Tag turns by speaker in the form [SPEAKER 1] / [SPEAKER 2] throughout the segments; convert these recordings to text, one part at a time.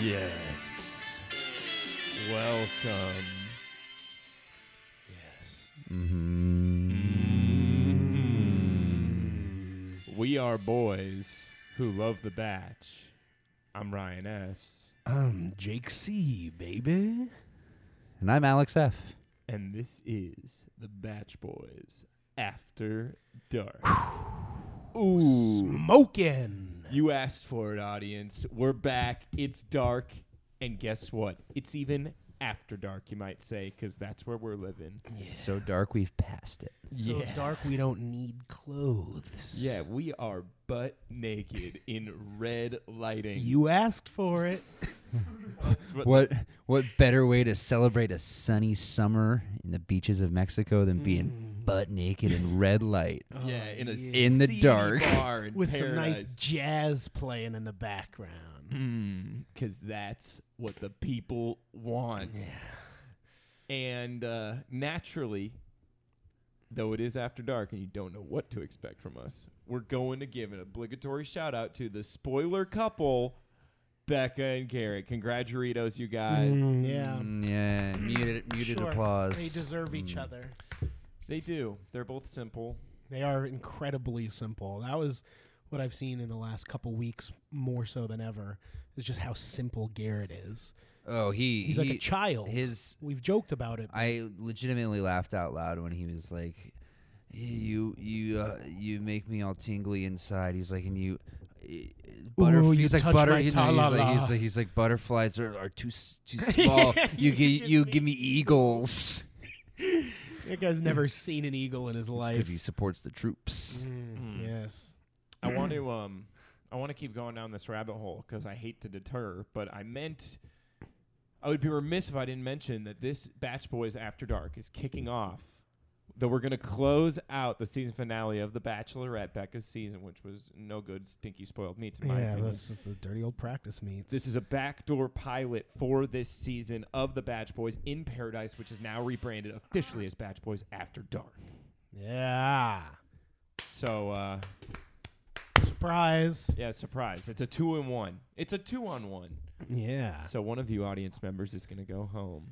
[SPEAKER 1] Yes. Welcome. Yes. Mm-hmm. We are boys who love the batch. I'm Ryan S.
[SPEAKER 2] I'm Jake C, baby.
[SPEAKER 3] And I'm Alex F.
[SPEAKER 1] And this is the Batch Boys After Dark. Ooh.
[SPEAKER 2] Smoking.
[SPEAKER 1] You asked for it, audience. We're back. It's dark. And guess what? It's even after dark, you might say, because that's where we're living.
[SPEAKER 3] So dark we've passed it.
[SPEAKER 2] So dark we don't need clothes.
[SPEAKER 1] Yeah, we are butt naked in red lighting.
[SPEAKER 2] You asked for it.
[SPEAKER 1] That's what-
[SPEAKER 3] What what better way to celebrate a sunny summer in the beaches of Mexico than
[SPEAKER 2] Mm.
[SPEAKER 3] being butt naked in red light?
[SPEAKER 1] yeah, in a
[SPEAKER 3] In the
[SPEAKER 1] seedy
[SPEAKER 3] dark.
[SPEAKER 1] bar in
[SPEAKER 2] With some nice
[SPEAKER 1] paradise.
[SPEAKER 2] jazz playing in the background.
[SPEAKER 1] because Hmm, that's what the people want. And uh, naturally, though it is after dark and you don't know what to expect from us, we're going to give an obligatory shout out to the spoiler couple, Becca and Garrett. Congraturitos, you guys.
[SPEAKER 2] yeah.
[SPEAKER 3] Mm, yeah, muted muted
[SPEAKER 2] Sure.
[SPEAKER 3] applause. Mm.
[SPEAKER 2] They deserve each other.
[SPEAKER 1] They do. They're both simple.
[SPEAKER 2] They are incredibly simple. That was what I've seen in the last couple weeks more so than ever is just how simple Garrett is.
[SPEAKER 3] Oh, he
[SPEAKER 2] He's like
[SPEAKER 3] he-
[SPEAKER 2] a child.
[SPEAKER 3] His
[SPEAKER 2] We've joked about it.
[SPEAKER 3] I legitimately laughed out loud when he was like, "You you uh, you make me all tingly inside." He's like, "And you." eh, Butter,
[SPEAKER 2] Ooh, you
[SPEAKER 3] he's like
[SPEAKER 2] touch
[SPEAKER 3] butter.
[SPEAKER 2] my
[SPEAKER 3] You know, he's, like,
[SPEAKER 2] ta-la-la.
[SPEAKER 3] he's like he's like butterflies are, are too s- too small. you gi- you give me eagles
[SPEAKER 2] That guy's never seen an eagle in his
[SPEAKER 3] because
[SPEAKER 2] life.
[SPEAKER 3] he supports the troops. Hmm.
[SPEAKER 2] Mm, Yes.
[SPEAKER 1] I want to um I want to keep going down this rabbit hole because I hate to deter, but I meant I would be remiss if I didn't mention that this Batch Boys After Dark is kicking off. Though we're gonna close out the season finale of The Bachelorette, Becca's season, which was no good, stinky spoiled meats in my
[SPEAKER 2] yeah,
[SPEAKER 1] opinion.
[SPEAKER 2] that's what the dirty old practice meets.
[SPEAKER 1] This is a backdoor pilot for this season of The Batch Boys in Paradise, which is now rebranded officially as Batch Boys After Dark.
[SPEAKER 2] yeah.
[SPEAKER 1] So uh,
[SPEAKER 2] Surprise.
[SPEAKER 1] yeah, surprise! It's a two in one. It's a two on one.
[SPEAKER 2] Yeah.
[SPEAKER 1] So one of you audience members is going to go home,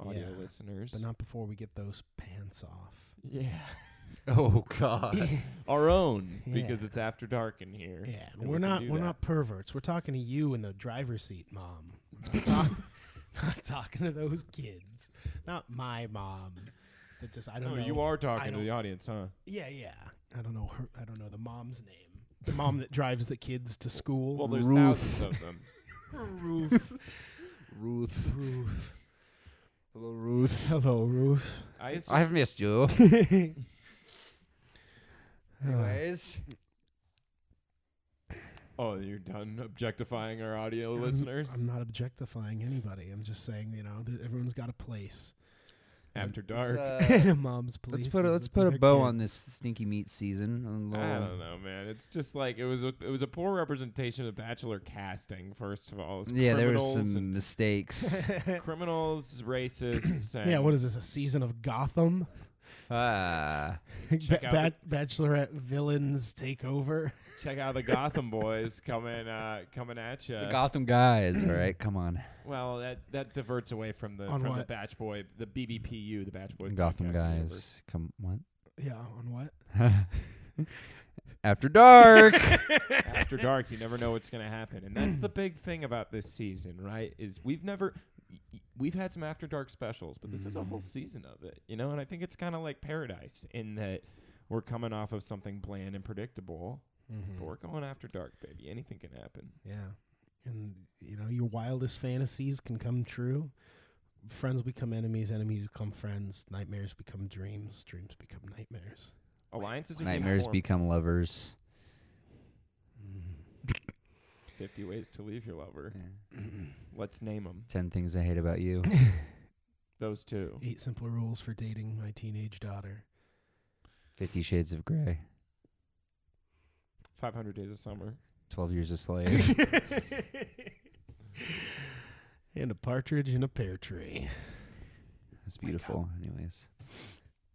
[SPEAKER 1] audio
[SPEAKER 2] Yeah,
[SPEAKER 1] listeners.
[SPEAKER 2] But not before we get those pants off.
[SPEAKER 1] yeah,
[SPEAKER 3] Oh God!
[SPEAKER 1] our own
[SPEAKER 2] Yeah.
[SPEAKER 1] because it's after dark in here.
[SPEAKER 2] Yeah,
[SPEAKER 1] and
[SPEAKER 2] we're
[SPEAKER 1] we can
[SPEAKER 2] not
[SPEAKER 1] do
[SPEAKER 2] we're
[SPEAKER 1] that.
[SPEAKER 2] not perverts. We're talking to you in the driver's seat, mom. not, not talking to those kids. Not my mom. But just I don't
[SPEAKER 1] Oh,
[SPEAKER 2] know.
[SPEAKER 1] you are
[SPEAKER 2] I
[SPEAKER 1] talking to
[SPEAKER 2] don't-
[SPEAKER 1] the audience, huh?
[SPEAKER 2] Yeah, yeah. I don't know her. I don't know the mom's name. The mom that drives the kids to school.
[SPEAKER 1] Well, there's
[SPEAKER 3] Roof.
[SPEAKER 1] thousands of them.
[SPEAKER 2] Ruth.
[SPEAKER 3] Ruth,
[SPEAKER 2] Ruth.
[SPEAKER 3] hello Ruth.
[SPEAKER 2] Hello, Ruth.
[SPEAKER 1] I assume
[SPEAKER 3] I've missed you. Anyways,
[SPEAKER 1] oh, you're done objectifying our audio
[SPEAKER 2] I'm-
[SPEAKER 1] listeners.
[SPEAKER 2] I'm not objectifying anybody. I'm just saying, you know, that everyone's got a place.
[SPEAKER 1] after dark.
[SPEAKER 2] and a mom's place.
[SPEAKER 3] Uh, let's put a,
[SPEAKER 2] is
[SPEAKER 3] let's
[SPEAKER 2] with
[SPEAKER 3] put a
[SPEAKER 2] their
[SPEAKER 3] bow
[SPEAKER 2] kids.
[SPEAKER 3] on this stinky meat season. and
[SPEAKER 1] I
[SPEAKER 3] we'll-
[SPEAKER 1] don't know, man. It's just like it was a it was a poor representation of Bachelor casting. First of all, It was
[SPEAKER 3] Yeah, there were
[SPEAKER 1] criminals
[SPEAKER 3] some mistakes.
[SPEAKER 1] and criminals, racists. And
[SPEAKER 2] Yeah, what is this? A season of Gotham?
[SPEAKER 3] Ah,
[SPEAKER 2] Ba-
[SPEAKER 1] Check out
[SPEAKER 2] ba- bachelorette villains take over.
[SPEAKER 1] check out the Gotham boys coming uh, coming at you.
[SPEAKER 3] the Gotham guys. All right, come on,
[SPEAKER 1] Well, that that diverts away from the
[SPEAKER 2] On
[SPEAKER 1] from the
[SPEAKER 2] what?
[SPEAKER 1] Batch Boy, the BBPU, the Batch Boy.
[SPEAKER 3] Gotham
[SPEAKER 1] Podcasting Universe.
[SPEAKER 3] guys. Come what?
[SPEAKER 2] Yeah, on what?
[SPEAKER 3] After dark.
[SPEAKER 1] After dark, you never know what's going to happen, and that's the big thing about this season, right? Is we've never y- y- we've had some after dark specials, but this is a
[SPEAKER 2] Mm.
[SPEAKER 1] whole season of it, you know. And I think it's kind of like paradise in that we're coming off of something bland and predictable,
[SPEAKER 2] Mm.
[SPEAKER 1] but we're going after dark, baby. Anything can happen.
[SPEAKER 2] Yeah, and you know your wildest fantasies can come true. Friends become enemies. Enemies become friends. Nightmares become dreams. Dreams become nightmares.
[SPEAKER 1] Alliances are
[SPEAKER 3] Nightmares
[SPEAKER 1] uniform.
[SPEAKER 3] become lovers.
[SPEAKER 1] fifty ways to leave your lover. Mm-hmm. Let's name them.
[SPEAKER 3] Ten things I hate about you.
[SPEAKER 1] Those two.
[SPEAKER 2] Eight simple rules for dating my teenage daughter.
[SPEAKER 3] Fifty Shades of Grey.
[SPEAKER 1] Five hundred days of summer.
[SPEAKER 3] Twelve Years a Slave.
[SPEAKER 2] and a partridge in a pear tree.
[SPEAKER 3] It's beautiful. Anyways,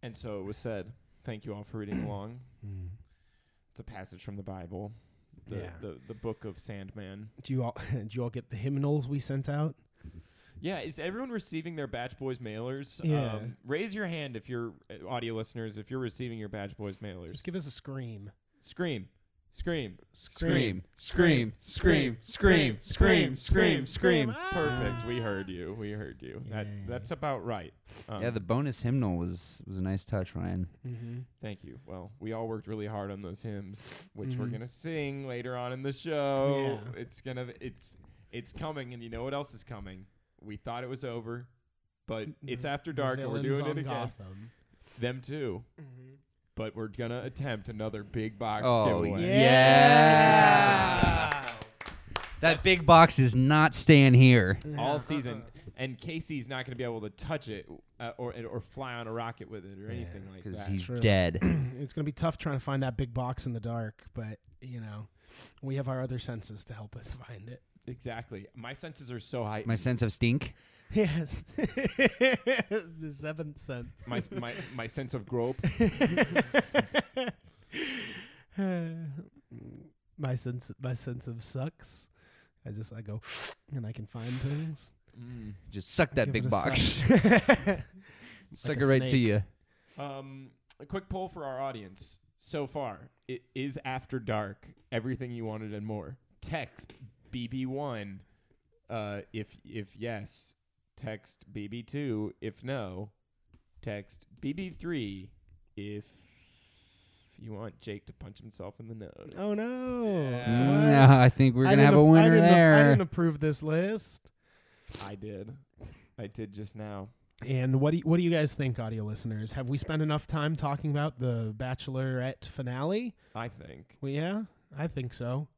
[SPEAKER 1] And so it was said. Thank you all for reading along.
[SPEAKER 2] Mm.
[SPEAKER 1] It's a passage from the Bible. the,
[SPEAKER 2] Yeah.
[SPEAKER 1] the, the book of Sandman.
[SPEAKER 2] Do you all do you all get the hymnals we sent out?
[SPEAKER 1] Yeah, is everyone receiving their Badge Boys mailers?
[SPEAKER 2] Yeah.
[SPEAKER 1] Um, raise your hand if you're uh, audio listeners, if you're receiving your Badge Boys mailers.
[SPEAKER 2] Just give us a scream.
[SPEAKER 1] Scream. Scream.
[SPEAKER 3] Scream, scream, scream, scream, scream, scream, scream. Ah.
[SPEAKER 1] Perfect. We heard you. We heard you. That
[SPEAKER 2] Yay.
[SPEAKER 1] that's about right. Um,
[SPEAKER 3] Yeah, the bonus hymnal was was a nice touch, Ryan.
[SPEAKER 2] Mm-hmm.
[SPEAKER 1] thank you. Well, we all worked really hard on those hymns, which we're
[SPEAKER 2] Mhm.
[SPEAKER 1] gonna sing later on in the show.
[SPEAKER 2] Yeah.
[SPEAKER 1] It's gonna it's it's coming, and you know what else is coming? We thought it was over, but it's after dark, and we're doing it again.
[SPEAKER 2] Gotham.
[SPEAKER 1] Them too. But we're gonna attempt another big box
[SPEAKER 3] Oh,
[SPEAKER 1] giveaway.
[SPEAKER 3] yeah. Yeah. That big box is not staying here.
[SPEAKER 1] all season, and Casey's not going to be able to touch it uh, or or fly on a rocket with it or anything like
[SPEAKER 3] Because
[SPEAKER 1] that.
[SPEAKER 3] he's
[SPEAKER 2] True.
[SPEAKER 3] dead.
[SPEAKER 2] it's gonna be tough trying to find that big box in the dark, but you know, we have our other senses to help us find it.
[SPEAKER 1] exactly. My senses are so high.
[SPEAKER 3] My
[SPEAKER 1] My
[SPEAKER 3] sense of stink.
[SPEAKER 2] Yes, the seventh sense.
[SPEAKER 1] my my, my sense of grope.
[SPEAKER 2] my sense, my sense of sucks. I just I go and I can find things.
[SPEAKER 1] Mm.
[SPEAKER 3] Just suck that
[SPEAKER 2] Give it
[SPEAKER 3] big
[SPEAKER 2] a
[SPEAKER 3] box.
[SPEAKER 2] suck.
[SPEAKER 3] Suck
[SPEAKER 2] Like
[SPEAKER 3] it
[SPEAKER 2] a
[SPEAKER 3] right to
[SPEAKER 2] snake.
[SPEAKER 3] you.
[SPEAKER 1] Um, a quick poll for our audience. So far, it is after dark. Everything you wanted and more. Text BB one. Uh, if if yes, text BB two. If no, text BB three. If you want Jake to punch himself in the nose.
[SPEAKER 2] oh no!
[SPEAKER 1] Yeah.
[SPEAKER 3] Mm,
[SPEAKER 2] What?
[SPEAKER 3] nah, I think we're
[SPEAKER 2] I
[SPEAKER 3] going to have
[SPEAKER 2] didn't
[SPEAKER 3] a
[SPEAKER 2] ap- I
[SPEAKER 3] winner
[SPEAKER 2] didn't ap- I
[SPEAKER 3] there.
[SPEAKER 2] didn't approve this list.
[SPEAKER 1] I did. I did just now.
[SPEAKER 2] And what do you, what do you guys think, audio listeners? Have we spent enough time talking about the Bachelorette finale?
[SPEAKER 1] I think.
[SPEAKER 2] Well, yeah, I think so.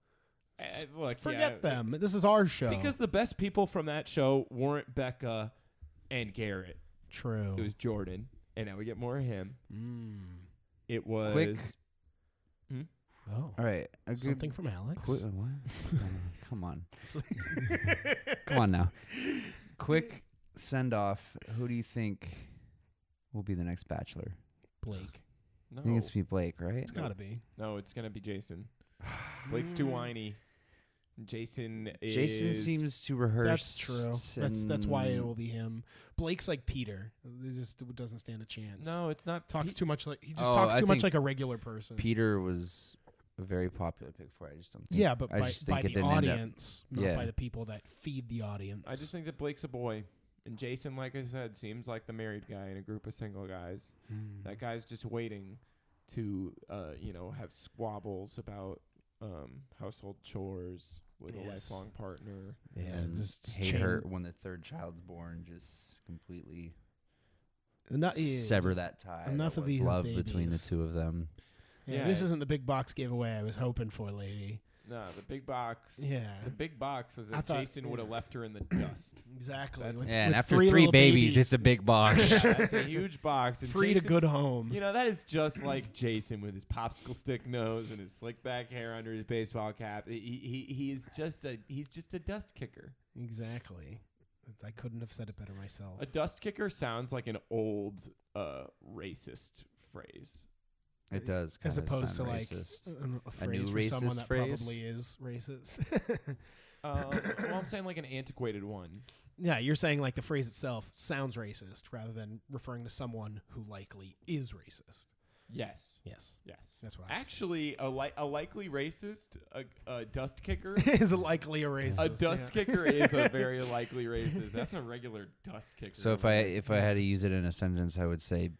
[SPEAKER 2] S-
[SPEAKER 1] Uh, look,
[SPEAKER 2] Forget
[SPEAKER 1] yeah,
[SPEAKER 2] them. This is our show.
[SPEAKER 1] Because the best people from that show weren't Becca and Garrett.
[SPEAKER 2] true.
[SPEAKER 1] It was Jordan, and now we get more of him.
[SPEAKER 2] mm.
[SPEAKER 1] It was
[SPEAKER 3] Quick.
[SPEAKER 2] Oh,
[SPEAKER 3] All right. a good-
[SPEAKER 2] something from Alex.
[SPEAKER 3] Qui- uh, what? Uh, Come on. Come on now. Quick send off. Who do you think will be the next bachelor?
[SPEAKER 2] Blake.
[SPEAKER 1] no,
[SPEAKER 3] I think it's be Blake, right?
[SPEAKER 2] Oh. It's gotta be.
[SPEAKER 1] no, it's gonna be Jason. Blake's too whiny. Jason is
[SPEAKER 3] Jason seems to rehearse.
[SPEAKER 2] That's true. That's that's why it
[SPEAKER 3] and-
[SPEAKER 2] will be him. Blake's like Peter. He just doesn't stand a chance.
[SPEAKER 1] no, it's not
[SPEAKER 2] talks
[SPEAKER 1] Pe-
[SPEAKER 2] too much like he just
[SPEAKER 3] Oh,
[SPEAKER 2] talks
[SPEAKER 3] I
[SPEAKER 2] too much
[SPEAKER 3] think
[SPEAKER 2] like a regular person.
[SPEAKER 3] Peter was a very popular pick for. it. I just don't. Think,
[SPEAKER 2] Yeah, but
[SPEAKER 3] I
[SPEAKER 2] by,
[SPEAKER 3] just think
[SPEAKER 2] by
[SPEAKER 3] it
[SPEAKER 2] the
[SPEAKER 3] didn't end up-
[SPEAKER 2] audience, not
[SPEAKER 3] Yeah.
[SPEAKER 2] by the people that feed the audience.
[SPEAKER 1] I just think that Blake's a boy, and Jason, like I said, seems like the married guy in a group of single guys.
[SPEAKER 2] Hmm.
[SPEAKER 1] That guy's just waiting to, uh, you know, have squabbles about um, household chores with a
[SPEAKER 2] Yes.
[SPEAKER 1] lifelong partner.
[SPEAKER 2] yeah,
[SPEAKER 3] and
[SPEAKER 2] just
[SPEAKER 3] hate
[SPEAKER 2] chain-
[SPEAKER 3] her when the third child's born. Just completely
[SPEAKER 2] Enough, yeah,
[SPEAKER 3] sever
[SPEAKER 2] just-
[SPEAKER 3] that tie.
[SPEAKER 2] enough
[SPEAKER 3] that
[SPEAKER 2] of
[SPEAKER 3] was
[SPEAKER 2] these
[SPEAKER 3] love between the
[SPEAKER 2] babies.
[SPEAKER 3] two of them.
[SPEAKER 2] Yeah,
[SPEAKER 1] Yeah,
[SPEAKER 2] this
[SPEAKER 1] it-
[SPEAKER 2] isn't the big box giveaway I was hoping for, lady.
[SPEAKER 1] No, the big box.
[SPEAKER 2] Yeah,
[SPEAKER 1] The big box was
[SPEAKER 2] I
[SPEAKER 1] that
[SPEAKER 2] thought-
[SPEAKER 1] Jason would have left her in the dust.
[SPEAKER 2] exactly.
[SPEAKER 1] That's-
[SPEAKER 2] With-
[SPEAKER 3] and
[SPEAKER 2] with
[SPEAKER 3] after three
[SPEAKER 2] little
[SPEAKER 3] babies, it's a big
[SPEAKER 1] Yeah,
[SPEAKER 3] box.
[SPEAKER 1] that's a huge box. And
[SPEAKER 2] free to
[SPEAKER 1] Jason-
[SPEAKER 2] good home.
[SPEAKER 1] You know, that is just like Jason with his popsicle stick nose and his slick back hair under his baseball cap. He, he, he is just a he's just a dust kicker.
[SPEAKER 2] Exactly. It's- I couldn't have said it better myself.
[SPEAKER 1] A dust kicker sounds like an old uh, racist phrase.
[SPEAKER 3] it does.
[SPEAKER 2] As
[SPEAKER 3] kinda
[SPEAKER 2] opposed to
[SPEAKER 3] sound
[SPEAKER 2] like
[SPEAKER 3] racist.
[SPEAKER 2] a, a
[SPEAKER 3] A new
[SPEAKER 2] phrase for someone
[SPEAKER 3] racist
[SPEAKER 2] that
[SPEAKER 3] phrase?
[SPEAKER 2] probably is racist.
[SPEAKER 1] Um, well, I'm saying like an antiquated one.
[SPEAKER 2] yeah, you're saying like the phrase itself sounds racist rather than referring to someone who likely is racist.
[SPEAKER 1] Yes,
[SPEAKER 2] Yes,
[SPEAKER 1] yes.
[SPEAKER 2] that's what I was
[SPEAKER 1] Actually, a, li- a likely racist, a, a dust kicker.
[SPEAKER 2] saying. is likely a racist.
[SPEAKER 1] A dust
[SPEAKER 2] yeah.
[SPEAKER 1] kicker is a very likely racist. That's a regular dust kicker.
[SPEAKER 3] So if I if I had to use it in a sentence, I would say,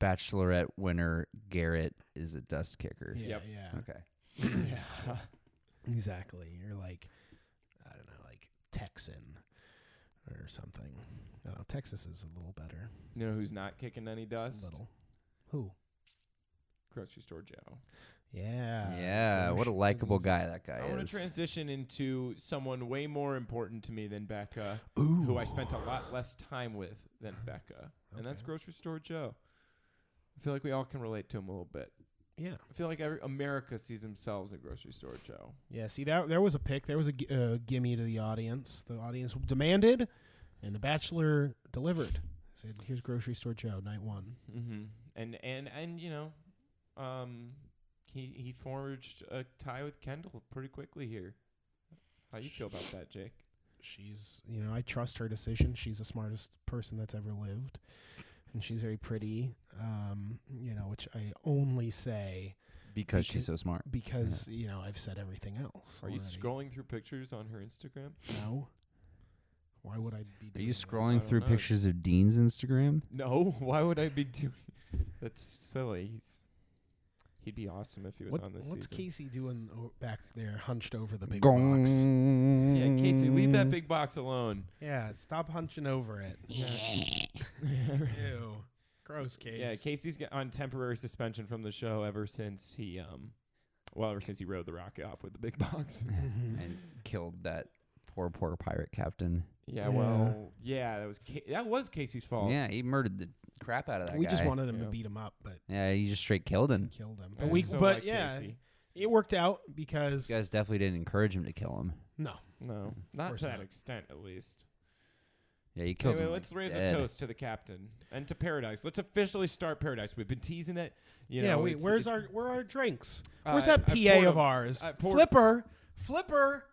[SPEAKER 3] "Bachelorette winner Garrett is a dust kicker."
[SPEAKER 2] Yeah,
[SPEAKER 1] Yep.
[SPEAKER 2] yeah.
[SPEAKER 3] Okay.
[SPEAKER 1] Yeah.
[SPEAKER 2] Exactly. You're like, I don't know, like Texan or something. I don't know. Texas is a little better.
[SPEAKER 1] You know who's not kicking any dust?
[SPEAKER 2] Little. Who?
[SPEAKER 1] Grocery store Joe.
[SPEAKER 2] Yeah.
[SPEAKER 3] yeah, what a
[SPEAKER 2] Grocery-
[SPEAKER 3] likable guy that guy
[SPEAKER 1] I want
[SPEAKER 3] is.
[SPEAKER 1] to transition into someone way more important to me than Becca,
[SPEAKER 2] Ooh.
[SPEAKER 1] who I spent a lot less time with than Becca, and that's
[SPEAKER 2] Okay.
[SPEAKER 1] grocery store Joe. I feel like we all can relate to him a little bit.
[SPEAKER 2] Yeah.
[SPEAKER 1] I feel like every, America sees themselves in grocery store Joe.
[SPEAKER 2] Yeah. See, that there was a pick. There was a gi- uh, gimme to the audience. The audience demanded, and The Bachelor delivered. Said, "Here's grocery store Joe, night one."
[SPEAKER 1] Mm-hmm. And and and you know, um, he he forged a tie with Kendall pretty quickly here. How you feel about that, Jake?
[SPEAKER 2] She's, you know, I trust her decision. She's the smartest person that's ever lived, and she's very pretty. Um, you know, which I only say
[SPEAKER 3] because she's so smart.
[SPEAKER 2] because you know I've said everything else.
[SPEAKER 1] Are you
[SPEAKER 2] already.
[SPEAKER 1] scrolling through pictures on her Instagram?
[SPEAKER 2] No. Why would I be?
[SPEAKER 3] Are
[SPEAKER 2] Doing
[SPEAKER 3] you
[SPEAKER 2] that?
[SPEAKER 1] I
[SPEAKER 3] scrolling
[SPEAKER 1] don't
[SPEAKER 3] through
[SPEAKER 1] know.
[SPEAKER 3] pictures of Dean's Instagram?
[SPEAKER 1] No. Why would I be doing? That's silly. He's he'd be awesome if he was
[SPEAKER 2] What-
[SPEAKER 1] on this
[SPEAKER 2] what's
[SPEAKER 1] season.
[SPEAKER 2] Casey doing o- back there, hunched over the big box?
[SPEAKER 3] Gong.
[SPEAKER 1] Yeah, Casey, leave that big box alone.
[SPEAKER 2] Yeah, stop hunching over it. Ew, gross, Casey.
[SPEAKER 1] Yeah, Casey's g- on temporary suspension from the show ever since he um, well, ever since he rode the rocket off with the big box.
[SPEAKER 3] and killed that poor, poor pirate captain.
[SPEAKER 1] yeah,
[SPEAKER 2] Yeah.
[SPEAKER 1] well, yeah, that was Ca- that was Casey's fault.
[SPEAKER 3] Yeah, he murdered the crap out of that
[SPEAKER 2] we
[SPEAKER 3] guy.
[SPEAKER 2] just wanted him
[SPEAKER 1] Yeah.
[SPEAKER 2] to beat him up, but
[SPEAKER 3] Yeah, he just straight killed him.
[SPEAKER 2] he killed him.
[SPEAKER 1] I
[SPEAKER 2] But we,
[SPEAKER 1] so
[SPEAKER 2] but
[SPEAKER 1] like
[SPEAKER 2] yeah,
[SPEAKER 1] Casey.
[SPEAKER 2] it worked out because
[SPEAKER 3] You guys definitely didn't encourage him to kill him.
[SPEAKER 2] no,
[SPEAKER 1] no, not
[SPEAKER 2] course
[SPEAKER 1] to that
[SPEAKER 2] not.
[SPEAKER 1] extent, at least.
[SPEAKER 3] Yeah, you killed
[SPEAKER 1] Anyway,
[SPEAKER 3] him.
[SPEAKER 1] let's
[SPEAKER 3] like,
[SPEAKER 1] raise
[SPEAKER 3] dead.
[SPEAKER 1] a toast to the captain and to Paradise. Let's officially start Paradise. We've been teasing it. You
[SPEAKER 2] yeah.
[SPEAKER 1] know,
[SPEAKER 2] wait,
[SPEAKER 1] it's-
[SPEAKER 2] where's
[SPEAKER 1] it's-
[SPEAKER 2] our where are our drinks?
[SPEAKER 1] Uh,
[SPEAKER 2] Where's
[SPEAKER 1] I
[SPEAKER 2] that
[SPEAKER 1] poured
[SPEAKER 2] PA of
[SPEAKER 1] a-
[SPEAKER 2] ours?
[SPEAKER 1] I poured-
[SPEAKER 2] Flipper, Flipper.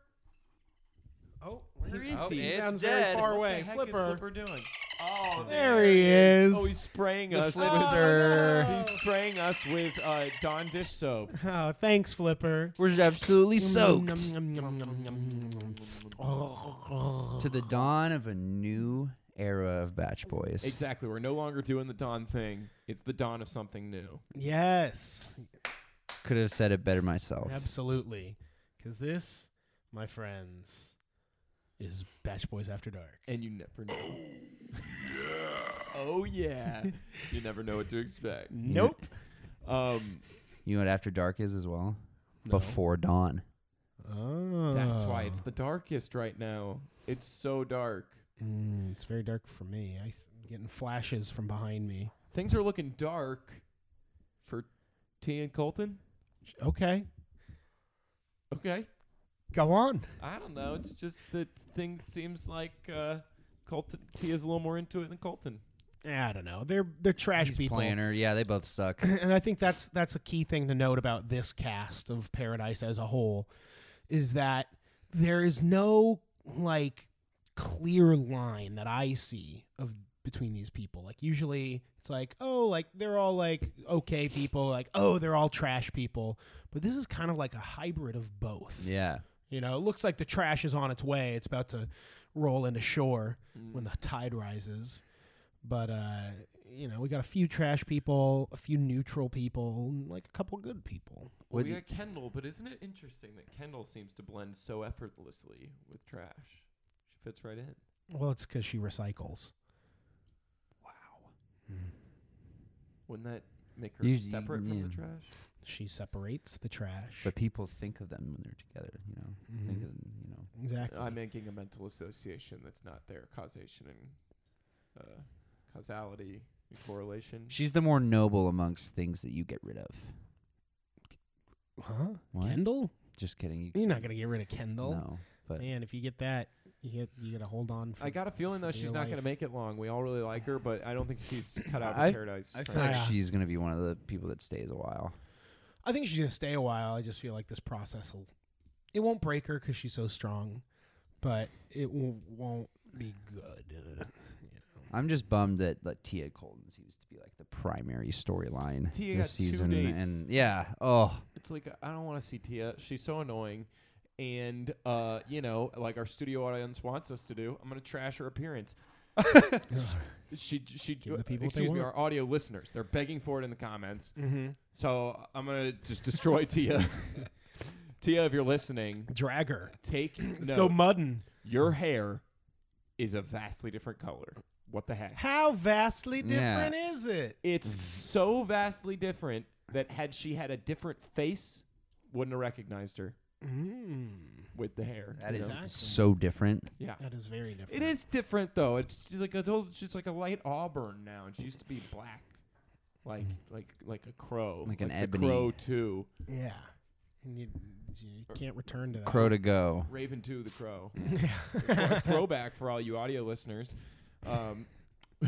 [SPEAKER 2] Oh, where
[SPEAKER 1] He-
[SPEAKER 2] is
[SPEAKER 1] oh,
[SPEAKER 2] he?
[SPEAKER 1] it's
[SPEAKER 2] Sounds
[SPEAKER 3] dead.
[SPEAKER 2] very far
[SPEAKER 1] What the
[SPEAKER 2] away.
[SPEAKER 1] heck is
[SPEAKER 2] Flipper.
[SPEAKER 1] Flipper doing? Oh,
[SPEAKER 2] There he is.
[SPEAKER 1] Oh, he's spraying us. with-
[SPEAKER 3] Flipster.
[SPEAKER 2] Oh, no.
[SPEAKER 1] He's spraying us with uh, Dawn dish soap.
[SPEAKER 2] Oh, thanks, Flipper.
[SPEAKER 3] We're just absolutely soaked
[SPEAKER 2] Oh,
[SPEAKER 3] to the dawn of a new era of Batch Boys.
[SPEAKER 1] Exactly. We're no longer doing the dawn thing. It's the dawn of something new.
[SPEAKER 2] yes,
[SPEAKER 3] Could have said it better myself.
[SPEAKER 2] absolutely. Because this, my friends, is Batch Boys After Dark.
[SPEAKER 1] And you never know. oh yeah. you never know what to expect.
[SPEAKER 2] Nope.
[SPEAKER 1] Um
[SPEAKER 3] You know what After Dark is as well?
[SPEAKER 2] No.
[SPEAKER 3] Before Dawn.
[SPEAKER 2] Oh.
[SPEAKER 1] that's why it's the darkest right now. It's so dark.
[SPEAKER 2] Mm, it's very dark for me. I'm getting flashes from behind me.
[SPEAKER 1] Things are looking dark for T and Colton.
[SPEAKER 2] Okay,
[SPEAKER 1] Okay.
[SPEAKER 2] go on.
[SPEAKER 1] I don't know. It's just that thing seems like uh Colton T is a little more into it than Colton.
[SPEAKER 2] I don't know. They're they're trash
[SPEAKER 3] He's
[SPEAKER 2] people.
[SPEAKER 3] playing her. Yeah, they both suck.
[SPEAKER 2] and I think that's that's a key thing to note about this cast of Paradise as a whole is that there is no like clear line that I see of between these people. Like usually it's like, oh, like they're all like okay people, like oh, they're all trash people. But this is kind of like a hybrid of both.
[SPEAKER 3] yeah.
[SPEAKER 2] You know, it looks like the trash is on its way. It's about to roll into shore
[SPEAKER 1] Mm.
[SPEAKER 2] when the tide rises. But uh, you know, we got a few trash people, a few neutral people, and like a couple good people.
[SPEAKER 1] Well, we
[SPEAKER 3] Wouldn't-
[SPEAKER 1] got Kendall, but isn't it interesting that Kendall seems to blend so effortlessly with trash? She fits right in.
[SPEAKER 2] Well, it's because she recycles. Mm-hmm.
[SPEAKER 1] Wouldn't that make her
[SPEAKER 3] You- you-
[SPEAKER 1] separate from the
[SPEAKER 3] yeah.
[SPEAKER 1] trash?
[SPEAKER 2] She separates the trash. Mm-hmm.
[SPEAKER 3] But people think of them when they're together, you know. Think of, you know.
[SPEAKER 2] exactly.
[SPEAKER 1] I'm making a mental association that's not there. Causation and uh, causality and correlation.
[SPEAKER 3] She's the more noble amongst things that you get rid of.
[SPEAKER 2] huh?
[SPEAKER 3] What?
[SPEAKER 2] Kendall?
[SPEAKER 3] Just kidding. You,
[SPEAKER 2] You're not gonna get rid of Kendall.
[SPEAKER 3] No, but
[SPEAKER 2] Man, if you get that, you get you gotta hold on. For
[SPEAKER 1] I got a feeling though
[SPEAKER 2] for
[SPEAKER 1] she's
[SPEAKER 2] dear
[SPEAKER 1] not going to
[SPEAKER 2] life.
[SPEAKER 1] make it long. We all really like her, but I don't think she's cut out
[SPEAKER 3] I-
[SPEAKER 1] for paradise.
[SPEAKER 3] I feel
[SPEAKER 1] frankly.
[SPEAKER 3] like
[SPEAKER 2] Yeah.
[SPEAKER 3] she's gonna be one of the people that stays a while.
[SPEAKER 2] I think she's gonna stay a while. I just feel like this process will, it won't break her because she's so strong, but it w- won't be good.
[SPEAKER 3] I'm just bummed that like Tia Colton seems to be like the primary storyline
[SPEAKER 1] Tia
[SPEAKER 3] this
[SPEAKER 1] got two
[SPEAKER 3] season,
[SPEAKER 1] dates.
[SPEAKER 3] and yeah, oh,
[SPEAKER 1] it's like I don't want to see Tia. She's so annoying. And uh, you know, like our studio audience wants us to do, I'm gonna trash her appearance. she she
[SPEAKER 2] Give the people what they
[SPEAKER 1] excuse me,
[SPEAKER 2] want.
[SPEAKER 1] our audio listeners, they're begging for it in the comments.
[SPEAKER 2] Mm-hmm.
[SPEAKER 1] So I'm gonna just destroy Tia. Tia, if you're listening,
[SPEAKER 2] Drag her.
[SPEAKER 1] take
[SPEAKER 2] Let's
[SPEAKER 1] note.
[SPEAKER 2] go muddin.
[SPEAKER 1] your hair is a vastly different color. What the heck?
[SPEAKER 2] How vastly
[SPEAKER 3] Yeah.
[SPEAKER 2] different is it?
[SPEAKER 1] It's so vastly different that had she had a different face, wouldn't have recognized her
[SPEAKER 2] Mm.
[SPEAKER 1] with the hair.
[SPEAKER 3] that
[SPEAKER 1] you
[SPEAKER 3] is
[SPEAKER 1] know?
[SPEAKER 2] Exactly.
[SPEAKER 3] so different.
[SPEAKER 1] yeah.
[SPEAKER 2] That is very different.
[SPEAKER 1] It is different though. It's just like a total, it's just like a light auburn now. And she used to be black, like
[SPEAKER 2] Mm.
[SPEAKER 1] like like a crow,
[SPEAKER 3] Like an
[SPEAKER 1] the
[SPEAKER 3] ebony.
[SPEAKER 1] crow too,
[SPEAKER 2] Yeah. And you, you can't return to that.
[SPEAKER 3] Crow to go.
[SPEAKER 1] Raven two, the crow. Throw- Throwback for all you audio listeners, um,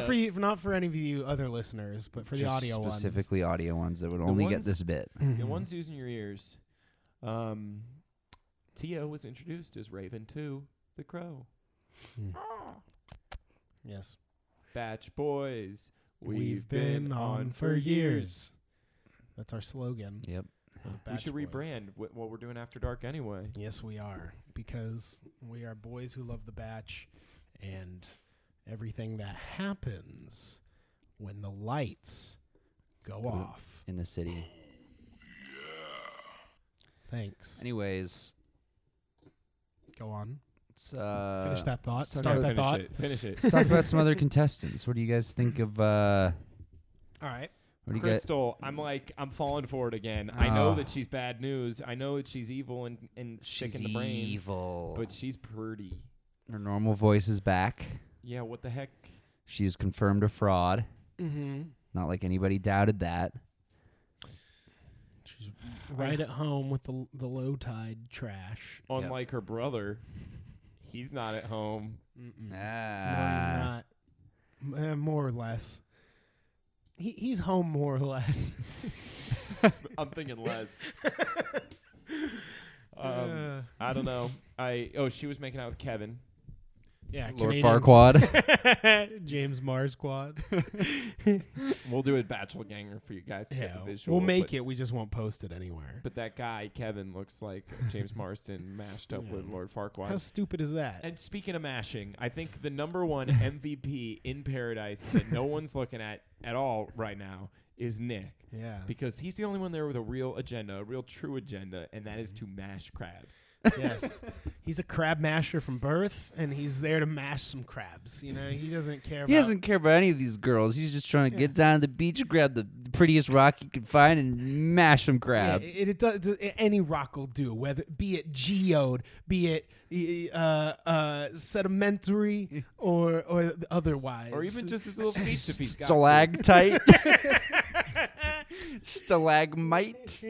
[SPEAKER 1] Tia-
[SPEAKER 2] for you, not for any of you other listeners, but for the
[SPEAKER 3] Just
[SPEAKER 2] audio ones.
[SPEAKER 3] specifically audio ones that would only get
[SPEAKER 1] ones-
[SPEAKER 3] this bit.
[SPEAKER 1] Mm-hmm. The ones using your ears. Um, Tia was introduced as Raven to the Crow.
[SPEAKER 2] Yes,
[SPEAKER 1] Batch Boys. We've, been, on for years.
[SPEAKER 2] That's our slogan.
[SPEAKER 3] Yep.
[SPEAKER 2] for the
[SPEAKER 1] we
[SPEAKER 2] Batch
[SPEAKER 1] should
[SPEAKER 2] Boys.
[SPEAKER 1] rebrand wh- what we're doing after dark anyway.
[SPEAKER 2] Yes, we are because we are boys who love the batch and everything that happens when the lights go
[SPEAKER 3] Go-
[SPEAKER 2] off.
[SPEAKER 3] In the city.
[SPEAKER 2] Thanks.
[SPEAKER 3] Anyways,
[SPEAKER 2] Go on.
[SPEAKER 3] let's uh,
[SPEAKER 2] Finish that thought.
[SPEAKER 3] let's talk
[SPEAKER 2] Start
[SPEAKER 3] about-
[SPEAKER 2] that
[SPEAKER 1] finish
[SPEAKER 2] thought.
[SPEAKER 1] it. Finish it.
[SPEAKER 3] Let's talk about some other contestants. What do you guys think of? uh
[SPEAKER 2] All right.
[SPEAKER 3] What do you guys?
[SPEAKER 1] Crystal, I'm like, I'm falling for it again. I know
[SPEAKER 3] Oh.
[SPEAKER 1] that she's bad news. I know that she's evil and, and sick in the brain.
[SPEAKER 3] evil.
[SPEAKER 1] But she's pretty.
[SPEAKER 3] Her normal voice is back.
[SPEAKER 1] Yeah, what the heck?
[SPEAKER 3] She's confirmed a fraud.
[SPEAKER 2] Mm-hmm.
[SPEAKER 3] Not like anybody doubted that.
[SPEAKER 2] She's right at home with the the low tide trash.
[SPEAKER 1] Unlike her brother, he's not at home.
[SPEAKER 2] Mm-mm.
[SPEAKER 3] Ah.
[SPEAKER 2] no, he's not. M- uh, more or less. He he's home more or less.
[SPEAKER 1] I'm thinking less. um,
[SPEAKER 2] Uh,
[SPEAKER 1] I don't know. I oh, she was making out with Kevin.
[SPEAKER 2] yeah,
[SPEAKER 3] Lord
[SPEAKER 2] Canadian-
[SPEAKER 3] Farquaad.
[SPEAKER 2] James Mars Quad.
[SPEAKER 1] We'll do a bachelor ganger for you guys to get
[SPEAKER 2] yeah,
[SPEAKER 1] the visual.
[SPEAKER 2] we'll make
[SPEAKER 1] but,
[SPEAKER 2] it. We just won't post it anywhere.
[SPEAKER 1] But that guy Kevin looks like James Marston mashed up with
[SPEAKER 2] Yeah.
[SPEAKER 1] Lord Farquaad.
[SPEAKER 2] How stupid is that?
[SPEAKER 1] And speaking of mashing, I think the number one MVP in paradise that no one's looking at at all right now is Nick.
[SPEAKER 2] yeah,
[SPEAKER 1] Because he's the only one there with a real agenda, a real true agenda, and that is to mash crabs.
[SPEAKER 2] yes, he's a crab masher from birth, and he's there to mash some crabs. You know, he doesn't care.
[SPEAKER 3] He
[SPEAKER 2] about
[SPEAKER 3] doesn't care about any of these girls. He's just trying to
[SPEAKER 2] Yeah.
[SPEAKER 3] get down to the beach, grab the prettiest rock you can find, and mash some
[SPEAKER 2] Yeah,
[SPEAKER 3] crab.
[SPEAKER 2] it, it does. it- Any rock will do. Whether be it geode, be it uh, uh, sedimentary, or or otherwise,
[SPEAKER 1] Or even just his little piece if he's got
[SPEAKER 3] Stalactite. Stalagmite.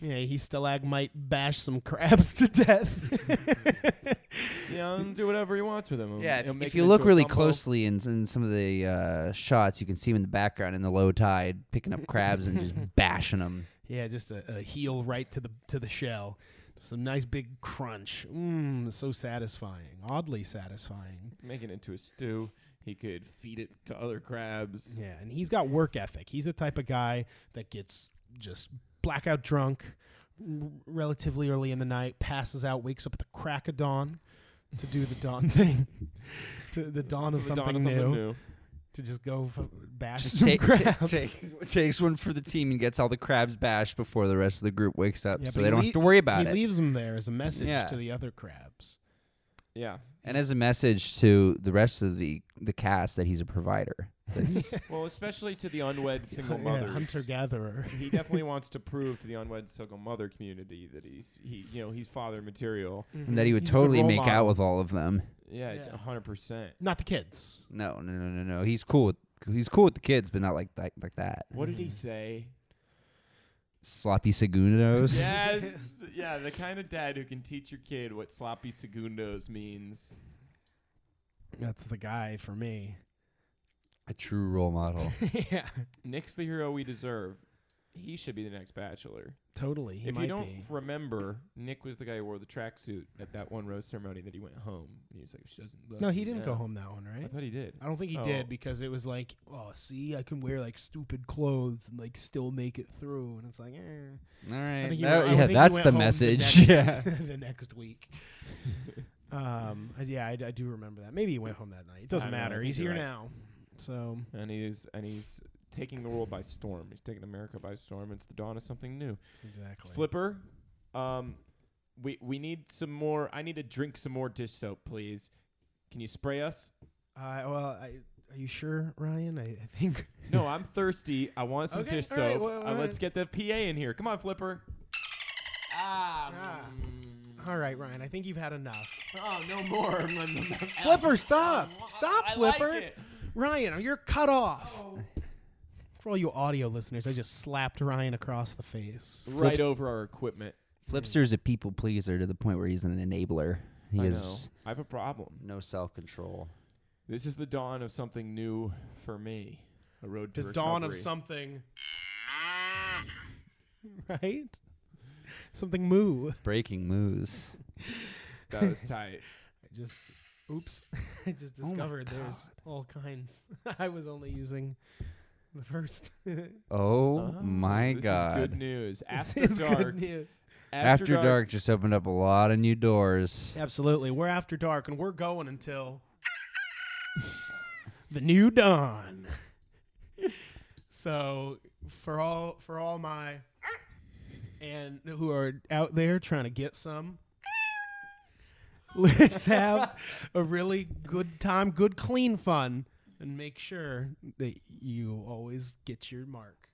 [SPEAKER 2] yeah, he stalagmite bash some crabs to death.
[SPEAKER 1] to. Yeah, and do whatever he wants with him.
[SPEAKER 3] Yeah, if,
[SPEAKER 1] He'll make
[SPEAKER 3] if
[SPEAKER 1] it
[SPEAKER 3] you
[SPEAKER 1] into
[SPEAKER 3] look
[SPEAKER 1] a
[SPEAKER 3] really
[SPEAKER 1] gumbo.
[SPEAKER 3] closely in, in some of the uh, shots, you can see him in the background in the low tide picking up crabs and just bashing them.
[SPEAKER 2] yeah, just a, a heel right to the to the shell. Some nice big crunch. Mmm, so satisfying. Oddly satisfying.
[SPEAKER 1] Make it into a stew. He could feed it to other crabs.
[SPEAKER 2] Yeah, and he's got work ethic. He's the type of guy that gets just blackout drunk r- relatively early in the night, passes out, wakes up at the crack of dawn to do the dawn thing, to the dawn of
[SPEAKER 1] For the
[SPEAKER 2] something,
[SPEAKER 1] dawn of
[SPEAKER 2] new,
[SPEAKER 1] something new.
[SPEAKER 2] to just go f- bash
[SPEAKER 3] Just
[SPEAKER 2] some
[SPEAKER 3] take- ta-
[SPEAKER 2] crabs.
[SPEAKER 3] take- takes one for the team and gets all the crabs bashed before the rest of the group wakes up,
[SPEAKER 2] Yeah, but
[SPEAKER 3] so they
[SPEAKER 2] he
[SPEAKER 3] don't
[SPEAKER 2] lea-
[SPEAKER 3] have to worry about
[SPEAKER 2] he
[SPEAKER 3] it.
[SPEAKER 2] leaves them there as a message
[SPEAKER 3] Yeah.
[SPEAKER 2] to the other crabs.
[SPEAKER 1] Yeah.
[SPEAKER 3] and as a message to the rest of the the cast that he's a provider. That he's-
[SPEAKER 1] Well, especially to the unwed single
[SPEAKER 2] Oh, Yeah,
[SPEAKER 1] mothers.
[SPEAKER 2] hunter gatherer.
[SPEAKER 1] he definitely wants to prove to the unwed single mother community that he's he you know he's father material.
[SPEAKER 3] and that he would totally make out with all of them.
[SPEAKER 1] Yeah,
[SPEAKER 2] Yeah.
[SPEAKER 1] a hundred percent.
[SPEAKER 2] Not the kids.
[SPEAKER 3] No, no, no, no, no. He's cool. With, he's cool with the kids, but not like like, like that.
[SPEAKER 1] What did he
[SPEAKER 2] Mhm.
[SPEAKER 1] say?
[SPEAKER 3] Sloppy segundos.
[SPEAKER 1] yes, yeah, the kind of dad who can teach your kid what sloppy segundos means.
[SPEAKER 2] That's the guy for me.
[SPEAKER 3] A true role model.
[SPEAKER 2] yeah,
[SPEAKER 1] Nick's the hero we deserve. He should be the next bachelor.
[SPEAKER 2] totally. He
[SPEAKER 1] if
[SPEAKER 2] might
[SPEAKER 1] you don't
[SPEAKER 2] be.
[SPEAKER 1] remember, Nick was the guy who wore the tracksuit at that one rose ceremony that he went home. And he was like, "She doesn't love
[SPEAKER 2] no,
[SPEAKER 1] me
[SPEAKER 2] he didn't
[SPEAKER 1] now."
[SPEAKER 2] go home that one,
[SPEAKER 1] I
[SPEAKER 2] right?
[SPEAKER 1] thought he did.
[SPEAKER 2] I don't think he
[SPEAKER 1] Oh.
[SPEAKER 2] did because it was like, oh, see, I can wear like stupid clothes and like still make it through, and it's like, eh.
[SPEAKER 3] All
[SPEAKER 2] I
[SPEAKER 3] right.
[SPEAKER 2] think he
[SPEAKER 3] That-
[SPEAKER 2] went- I
[SPEAKER 3] yeah,
[SPEAKER 2] think he
[SPEAKER 3] that's
[SPEAKER 2] went
[SPEAKER 3] the
[SPEAKER 2] home
[SPEAKER 3] message.
[SPEAKER 2] The
[SPEAKER 3] yeah.
[SPEAKER 2] next, the next week. um, I- yeah, I, I do remember that. Maybe he went home that night. It doesn't
[SPEAKER 1] I don't know, I
[SPEAKER 2] matter.
[SPEAKER 1] think
[SPEAKER 2] He's here
[SPEAKER 1] you're right.
[SPEAKER 2] now, so
[SPEAKER 1] and he's and he's taking the world by storm. He's taking America by storm. It's the dawn of something new.
[SPEAKER 2] exactly.
[SPEAKER 1] Flipper, um, we we need some more. I need to drink some more dish soap, please. Can you spray us?
[SPEAKER 2] Uh, well, I, are you sure, Ryan? I, I think.
[SPEAKER 1] No, I'm thirsty. I want some
[SPEAKER 2] Okay,
[SPEAKER 1] dish soap.
[SPEAKER 2] all right, well,
[SPEAKER 1] Uh,
[SPEAKER 2] all
[SPEAKER 1] let's get the PA in here. Come on, Flipper. Ah.
[SPEAKER 2] Ah.
[SPEAKER 1] mm.
[SPEAKER 2] All right, Ryan. I think you've had enough.
[SPEAKER 1] Oh, no more.
[SPEAKER 2] Flipper, stop! Stop,
[SPEAKER 1] I like
[SPEAKER 2] Flipper!
[SPEAKER 1] it.
[SPEAKER 2] Ryan, you're cut off. For all you audio listeners, I just slapped Ryan across the face.
[SPEAKER 1] Right
[SPEAKER 3] Flips-
[SPEAKER 1] over our equipment.
[SPEAKER 3] Flipster's a people pleaser to the point where he's an enabler. He
[SPEAKER 1] I know.
[SPEAKER 3] has
[SPEAKER 1] I have a problem.
[SPEAKER 3] no self control.
[SPEAKER 1] This is the dawn of something new for me. A road to
[SPEAKER 2] the dawn of
[SPEAKER 1] recovery.
[SPEAKER 2] something. right? Something moo.
[SPEAKER 3] Breaking moves.
[SPEAKER 1] That was tight.
[SPEAKER 2] I just oops. I just
[SPEAKER 3] Oh my
[SPEAKER 2] discovered there's all kinds. I was only using the first.
[SPEAKER 3] Oh,
[SPEAKER 1] Oh,
[SPEAKER 3] my
[SPEAKER 1] this
[SPEAKER 3] god.
[SPEAKER 1] Is good news.
[SPEAKER 2] This
[SPEAKER 1] After
[SPEAKER 2] is
[SPEAKER 1] dark.
[SPEAKER 2] good news.
[SPEAKER 3] After, dark. just opened up a lot of new doors.
[SPEAKER 2] Absolutely. We're after dark and we're going until the new dawn. So for all for all my and who are out there trying to get some let's have a really good time, good clean fun and make sure that you always get your mark.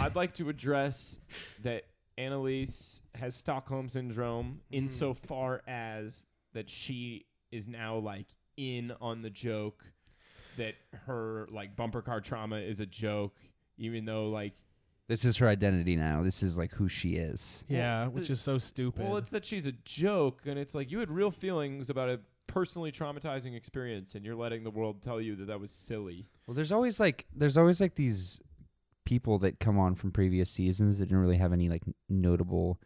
[SPEAKER 1] I'd like to address that Annalise has Stockholm syndrome insofar as that she is now like in on the joke that her like bumper car trauma is a joke, even though like
[SPEAKER 3] This is her identity now. This is like who she is.
[SPEAKER 1] Yeah, which
[SPEAKER 2] is so stupid.
[SPEAKER 1] well, it's that she's a joke, and it's like you had real feelings about a personally traumatizing experience, and you're letting the world tell you that that was silly.
[SPEAKER 3] Well, there's always like there's always like these people that come on from previous seasons that didn't really have any like notable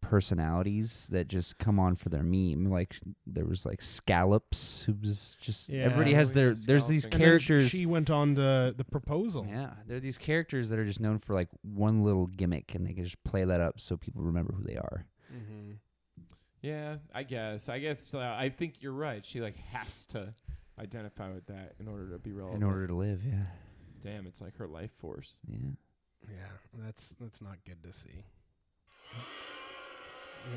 [SPEAKER 3] personalities that just come on for their meme. Like there was like Scallops who was just
[SPEAKER 2] Yeah,
[SPEAKER 3] everybody has
[SPEAKER 1] we
[SPEAKER 3] their
[SPEAKER 1] know
[SPEAKER 3] there's these
[SPEAKER 1] Scallops.
[SPEAKER 2] And then sh-
[SPEAKER 3] characters.
[SPEAKER 2] she went on to the proposal.
[SPEAKER 3] yeah, there are these characters that are just known for like one little gimmick, and they can just play that up so people remember who they are.
[SPEAKER 2] Mm-hmm.
[SPEAKER 1] Yeah, I guess. I guess uh, I think you're right. She like has to identify with that in order to be relevant.
[SPEAKER 3] in order to live. Yeah,
[SPEAKER 1] Damn, it's like her life force.
[SPEAKER 3] yeah.
[SPEAKER 2] Yeah, that's that's not good to see.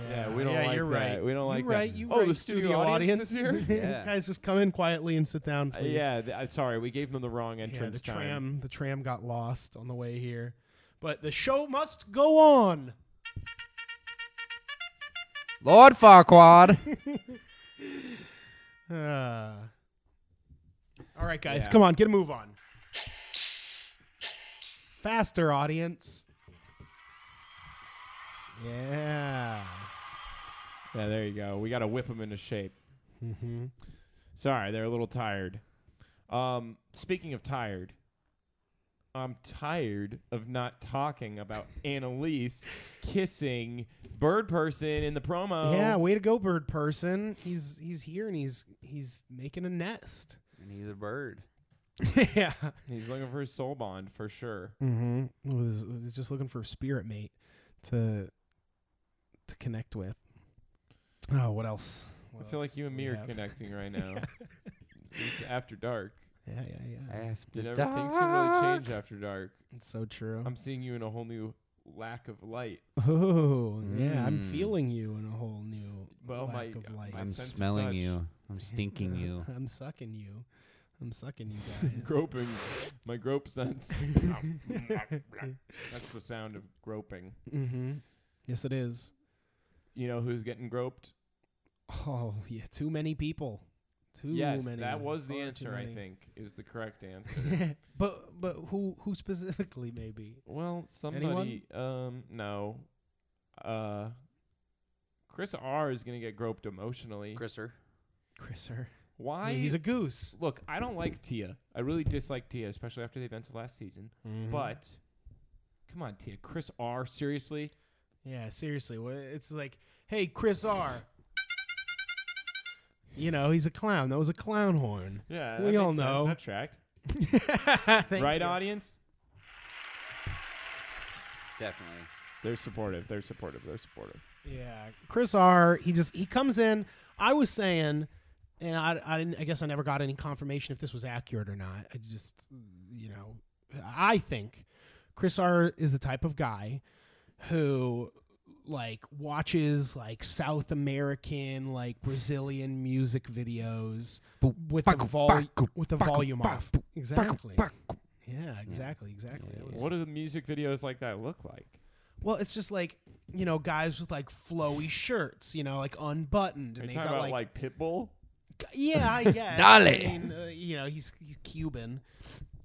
[SPEAKER 1] Yeah, we don't like
[SPEAKER 2] you're
[SPEAKER 1] that.
[SPEAKER 2] Right.
[SPEAKER 1] We don't like
[SPEAKER 2] you
[SPEAKER 1] that.
[SPEAKER 2] right. You
[SPEAKER 1] Oh,
[SPEAKER 2] right,
[SPEAKER 1] the studio audience is here?
[SPEAKER 3] Yeah.
[SPEAKER 2] Guys, just come in quietly and sit down,
[SPEAKER 1] Uh,
[SPEAKER 2] please.
[SPEAKER 1] yeah, th- uh, sorry, we gave them the wrong
[SPEAKER 2] Yeah,
[SPEAKER 1] entrance
[SPEAKER 2] the
[SPEAKER 1] time.
[SPEAKER 2] tram. The tram got lost on the way here, but the show must go on.
[SPEAKER 3] Lord Farquaad.
[SPEAKER 2] Uh, all right, guys,
[SPEAKER 1] Yeah.
[SPEAKER 2] come on, get a move on. Faster, audience. Yeah.
[SPEAKER 1] Yeah, there you go. We got to whip them into shape.
[SPEAKER 2] Mm-hmm.
[SPEAKER 1] Sorry, they're a little tired. Um, speaking of tired, I'm tired of not talking about Annalise kissing bird person in the promo.
[SPEAKER 2] Yeah, way to go, bird person. He's he's here and he's he's making a nest.
[SPEAKER 3] And he's a bird.
[SPEAKER 2] yeah.
[SPEAKER 1] he's looking for his soul bond for sure.
[SPEAKER 2] Mm-hmm. Was, was just looking for a spirit mate to to connect with. Oh, what else? What
[SPEAKER 1] I feel
[SPEAKER 2] else
[SPEAKER 1] like you and
[SPEAKER 2] do we
[SPEAKER 1] me are
[SPEAKER 2] have?
[SPEAKER 1] connecting right now. It's after dark.
[SPEAKER 2] Yeah, yeah, yeah.
[SPEAKER 3] After
[SPEAKER 1] Did ever, things can really change after dark.
[SPEAKER 2] It's so true.
[SPEAKER 1] I'm seeing you in a whole new lack of light.
[SPEAKER 2] oh, yeah. I'm
[SPEAKER 3] Mm.
[SPEAKER 2] feeling you in a whole new
[SPEAKER 1] Well,
[SPEAKER 2] lack
[SPEAKER 1] my-
[SPEAKER 2] of light.
[SPEAKER 1] my
[SPEAKER 3] I'm
[SPEAKER 1] sense of
[SPEAKER 3] smelling
[SPEAKER 1] touch.
[SPEAKER 3] you. I'm stinking you.
[SPEAKER 2] I'm sucking you. I'm sucking you guys.
[SPEAKER 1] Groping, my grope sense. That's the sound of groping.
[SPEAKER 2] mm-hmm. Yes, it is.
[SPEAKER 1] You know who's getting groped?
[SPEAKER 2] Oh yeah, too many people. Too
[SPEAKER 1] yes,
[SPEAKER 2] many.
[SPEAKER 1] that was the
[SPEAKER 2] Far too
[SPEAKER 1] answer. I
[SPEAKER 2] many.
[SPEAKER 1] think is the correct answer.
[SPEAKER 2] but but who who specifically maybe?
[SPEAKER 1] well, somebody. Um, no. Uh, Chris R is gonna get groped emotionally.
[SPEAKER 3] Chriser.
[SPEAKER 2] Chriser.
[SPEAKER 1] Why?
[SPEAKER 2] he's a goose.
[SPEAKER 1] Look, I don't like Tia. I really dislike Tia, especially after the events of last season.
[SPEAKER 2] Mm-hmm.
[SPEAKER 1] But come on, Tia. Chris R. Seriously,
[SPEAKER 2] yeah, seriously, wha- it's like, hey, Chris R. You know, he's a clown. That was a clown horn.
[SPEAKER 1] yeah,
[SPEAKER 2] We
[SPEAKER 1] that
[SPEAKER 2] all
[SPEAKER 1] makes sense.
[SPEAKER 2] know.
[SPEAKER 1] that tracked. right,
[SPEAKER 2] right
[SPEAKER 1] audience?
[SPEAKER 3] Definitely.
[SPEAKER 1] They're supportive. They're supportive. They're supportive.
[SPEAKER 2] Yeah, Chris R. He just he comes in. I was saying, and I I, didn't, I guess I never got any confirmation if this was accurate or not. I just you know I think Chris R. is the type of guy who like watches like South American like Brazilian music videos with the vol with the volume off. Exactly. Yeah, exactly, exactly. That was-
[SPEAKER 1] What do the music videos like that look like?
[SPEAKER 2] well, it's just like you know, guys with like flowy shirts, you know, like unbuttoned,
[SPEAKER 1] Are
[SPEAKER 2] and
[SPEAKER 1] you
[SPEAKER 2] they
[SPEAKER 1] talking
[SPEAKER 2] got
[SPEAKER 1] about
[SPEAKER 2] like,
[SPEAKER 1] like, Pitbull?
[SPEAKER 2] yeah, I guess.
[SPEAKER 3] Dolly.
[SPEAKER 2] I mean, uh, you know, he's he's Cuban,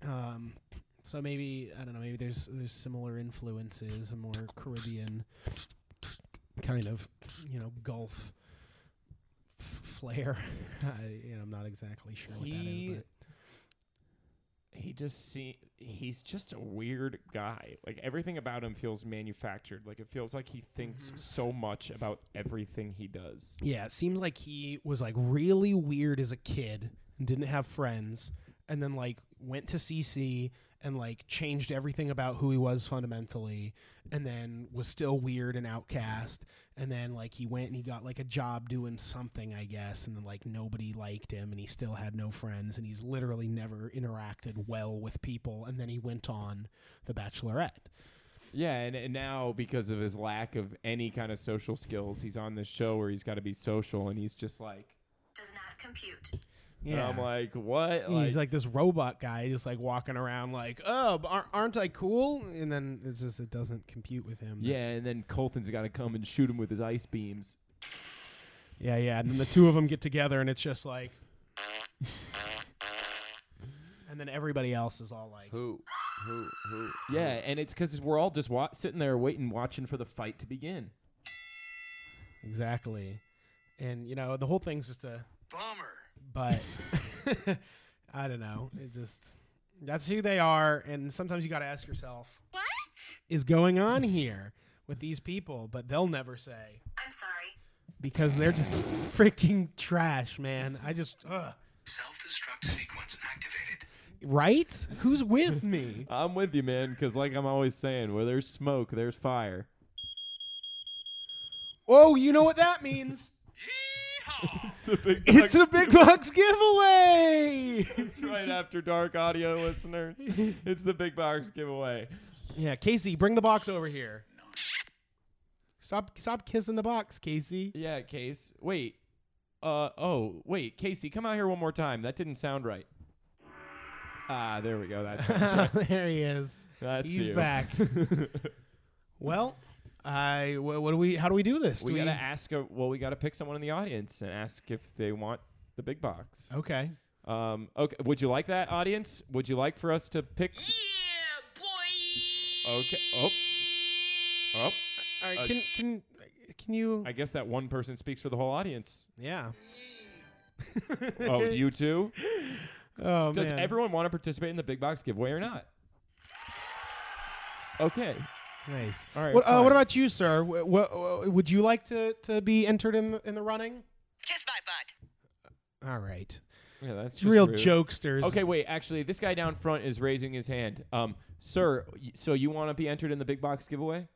[SPEAKER 2] um, so maybe I don't know. Maybe there's there's similar influences, a more Caribbean kind of, you know, Gulf flair. I, you know, I'm not exactly sure what that
[SPEAKER 1] He-
[SPEAKER 2] is, but
[SPEAKER 1] he just see he's just a weird guy. Like everything about him feels manufactured. Like it feels like he thinks
[SPEAKER 2] Mm-hmm.
[SPEAKER 1] so much about everything he does.
[SPEAKER 2] yeah, it seems like he was like really weird as a kid and didn't have friends, and then like went to CC and like changed everything about who he was fundamentally, and then was still weird and outcast, and then like he went and he got like a job doing something, I guess, and then like nobody liked him, and he still had no friends, and he's literally never interacted well with people, and then he went on The Bachelorette.
[SPEAKER 1] Yeah, and, and now because of his lack of any kind of social skills, he's on this show where he's got to be social, and he's just like,
[SPEAKER 4] does not compute.
[SPEAKER 1] and I'm like, what?
[SPEAKER 2] he's like this robot guy, just like walking around, like, oh, but ar- aren't I cool? And then it's just it doesn't compute with him.
[SPEAKER 1] yeah, and then Colton's got to come and shoot him with his ice beams.
[SPEAKER 2] yeah, yeah. And then the two of them get together, and it's just like, and then everybody else is all like,
[SPEAKER 3] Who? Who? Who?
[SPEAKER 1] Yeah, and it's because we're all just wa- sitting there waiting, watching for the fight to begin.
[SPEAKER 2] exactly. And you know, the whole thing's just a
[SPEAKER 5] Bummer.
[SPEAKER 2] but I don't know. It just that's who they are, and sometimes you got to ask yourself, what is going on here with these people? But they'll never say.
[SPEAKER 4] I'm sorry.
[SPEAKER 2] because they're just freaking trash, man. I just ugh.
[SPEAKER 5] Self-destruct sequence activated.
[SPEAKER 2] right? Who's with me?
[SPEAKER 1] I'm with you, man, because like I'm always saying, where there's smoke, there's fire.
[SPEAKER 2] Oh, you know what that means?
[SPEAKER 1] It's the big.
[SPEAKER 2] It's a big box giveaway.
[SPEAKER 1] right after dark audio listeners. It's the big box giveaway.
[SPEAKER 2] yeah, Casey, bring the box over here. Stop stop kissing the box, Casey.
[SPEAKER 1] Yeah, Case. Wait. Uh oh, wait, Casey, come out here one more time. That didn't sound right. Ah, there we go. That sounds right.
[SPEAKER 2] there he is.
[SPEAKER 1] That's
[SPEAKER 2] He's
[SPEAKER 1] you.
[SPEAKER 2] back. well, I wha- what do we how do we do this?
[SPEAKER 1] we
[SPEAKER 2] do
[SPEAKER 1] gotta ask. A, well, we gotta pick someone in the audience and ask if they want the big box.
[SPEAKER 2] Okay.
[SPEAKER 1] Um. Okay. Would you like that, audience? Would you like for us to pick? Okay. Oh. Oh.
[SPEAKER 2] All right,
[SPEAKER 1] Uh,
[SPEAKER 2] can can can you
[SPEAKER 1] I guess that one person speaks for the whole audience.
[SPEAKER 2] Yeah.
[SPEAKER 1] Oh, you too.
[SPEAKER 2] Oh
[SPEAKER 1] Does
[SPEAKER 2] man.
[SPEAKER 1] everyone want to participate in the big box giveaway or not? Okay.
[SPEAKER 2] Nice.
[SPEAKER 1] All right,
[SPEAKER 2] What, uh,
[SPEAKER 1] fine.
[SPEAKER 2] what about you, sir? What, would you like to, to be entered in the, in the running?
[SPEAKER 5] Kiss my butt.
[SPEAKER 2] All right.
[SPEAKER 1] Yeah, that's just
[SPEAKER 2] Real
[SPEAKER 1] rude.
[SPEAKER 2] jokesters.
[SPEAKER 1] Okay, wait. Actually, this guy down front is raising his hand. Um, sir, y- so you want to be entered in the big box giveaway?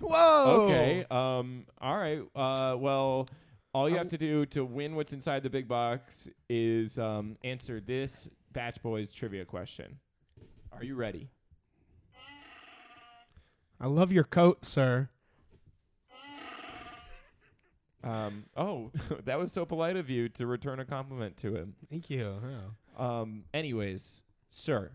[SPEAKER 2] Whoa.
[SPEAKER 1] Okay. Um. All right. Uh. Well, all you have to do to win what's inside the big box is um answer this Batch Boys trivia question. Are you ready?
[SPEAKER 2] I love your coat, sir.
[SPEAKER 1] Um. Oh, that was so polite of you to return a compliment to him.
[SPEAKER 2] Thank you.
[SPEAKER 1] Um, anyways, sir,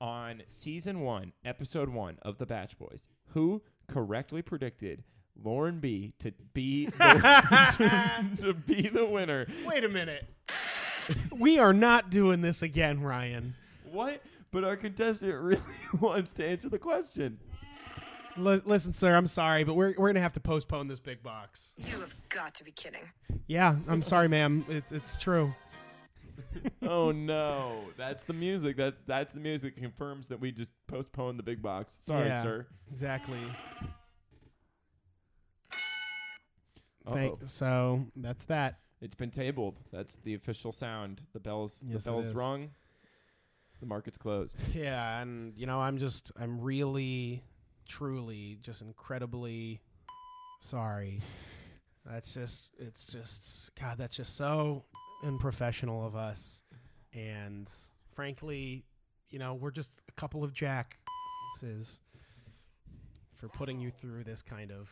[SPEAKER 1] on season one, episode one of The Batch Boys, who correctly predicted Lauren B to be the, to, to be the winner?
[SPEAKER 2] Wait a minute. we are not doing this again, Ryan.
[SPEAKER 1] What? But our contestant really wants to answer the question.
[SPEAKER 2] L- listen, sir, I'm sorry, but we're, we're going to have to postpone this big box.
[SPEAKER 4] You have got to be kidding.
[SPEAKER 2] Yeah, I'm sorry, ma'am. It's, it's true.
[SPEAKER 1] oh no, that's the music. That that's the music that confirms that we just postponed the big box. Sorry,
[SPEAKER 2] Yeah,
[SPEAKER 1] sir.
[SPEAKER 2] Exactly.
[SPEAKER 1] Uh-oh.
[SPEAKER 2] Thank, so that's that.
[SPEAKER 1] It's been tabled. That's the official sound. The bells.
[SPEAKER 2] Yes, it
[SPEAKER 1] the bells
[SPEAKER 2] is.
[SPEAKER 1] rung. The market's closed.
[SPEAKER 2] Yeah, and you know, I'm just I'm really truly just incredibly sorry. That's just it's just god, that's just so unprofessional of us. And frankly, you know, we're just a couple of jackasses for putting you through this kind of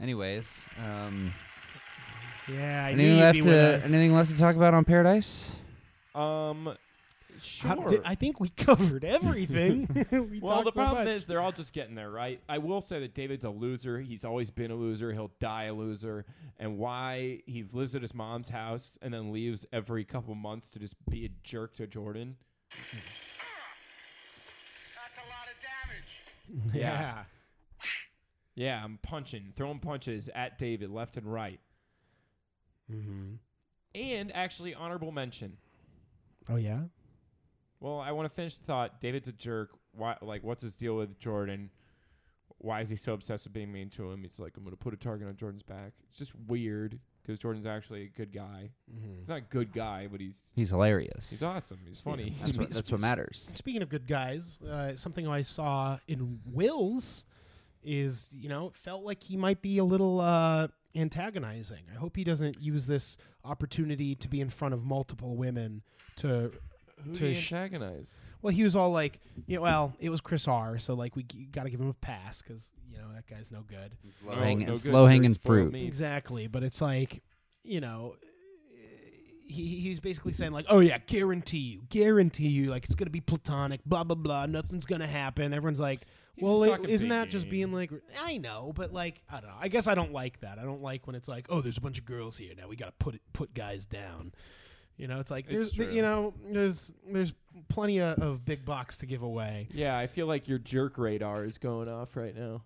[SPEAKER 3] Anyways, um,
[SPEAKER 2] Yeah, I
[SPEAKER 3] anything
[SPEAKER 2] knew you'd
[SPEAKER 3] left
[SPEAKER 2] be
[SPEAKER 3] to
[SPEAKER 2] with us.
[SPEAKER 3] anything left to talk about on Paradise?
[SPEAKER 1] Um, sure.
[SPEAKER 2] How- did- I think we covered everything. we
[SPEAKER 1] well, the
[SPEAKER 2] talked so
[SPEAKER 1] problem
[SPEAKER 2] much.
[SPEAKER 1] is they're all just getting there, right? I will say that David's a loser. He's always been a loser. He'll die a loser. And why he lives at his mom's house and then leaves every couple months to just be a jerk to Jordan.
[SPEAKER 5] That's a lot of damage.
[SPEAKER 1] Yeah.
[SPEAKER 2] yeah.
[SPEAKER 1] Yeah, I'm punching, throwing punches at David left and right.
[SPEAKER 2] Mm-hmm.
[SPEAKER 1] And actually, honorable mention.
[SPEAKER 2] Oh yeah.
[SPEAKER 1] Well, I want to finish the thought. David's a jerk. Why? Like, what's his deal with Jordan? Why is he so obsessed with being mean to him? He's like, I'm gonna put a target on Jordan's back. It's just weird because Jordan's actually a good guy.
[SPEAKER 3] Mm-hmm.
[SPEAKER 1] He's not a good guy, but he's
[SPEAKER 3] He's hilarious.
[SPEAKER 1] he's awesome. He's funny.
[SPEAKER 3] that's, what, that's what matters.
[SPEAKER 2] Speaking of good guys, uh, something I saw in Will's is you know it felt like he might be a little uh, antagonizing. I hope he doesn't use this opportunity to be in front of multiple women to
[SPEAKER 1] Who
[SPEAKER 2] to
[SPEAKER 1] do you
[SPEAKER 2] sh-
[SPEAKER 1] antagonize?
[SPEAKER 2] Well, he was all like, you know, well, it was Chris R, so like we got to give him a pass because you know that guy's no good.
[SPEAKER 3] It's
[SPEAKER 1] No,
[SPEAKER 3] low hanging,
[SPEAKER 1] no
[SPEAKER 3] it's
[SPEAKER 1] good.
[SPEAKER 3] low
[SPEAKER 1] You're
[SPEAKER 3] hanging
[SPEAKER 1] spoiled
[SPEAKER 3] fruit.
[SPEAKER 1] meats.
[SPEAKER 2] Exactly, but it's like, you know, he he's basically saying like, oh yeah, guarantee you, guarantee you, like it's gonna be platonic, blah blah blah, nothing's gonna happen. Everyone's like,
[SPEAKER 1] He's
[SPEAKER 2] well,
[SPEAKER 1] just
[SPEAKER 2] it-
[SPEAKER 1] talking
[SPEAKER 2] isn't
[SPEAKER 1] big
[SPEAKER 2] that just being
[SPEAKER 1] game.
[SPEAKER 2] like, I know, but like, I don't know. I guess I don't like that. I don't like when it's like, oh, there's a bunch of girls here now, we gotta put it, put guys down. You know, it's like
[SPEAKER 1] It's
[SPEAKER 2] there's th-
[SPEAKER 1] true.
[SPEAKER 2] you know there's there's plenty of, of big bucks to give away.
[SPEAKER 1] Yeah, I feel like your jerk radar is going off right now.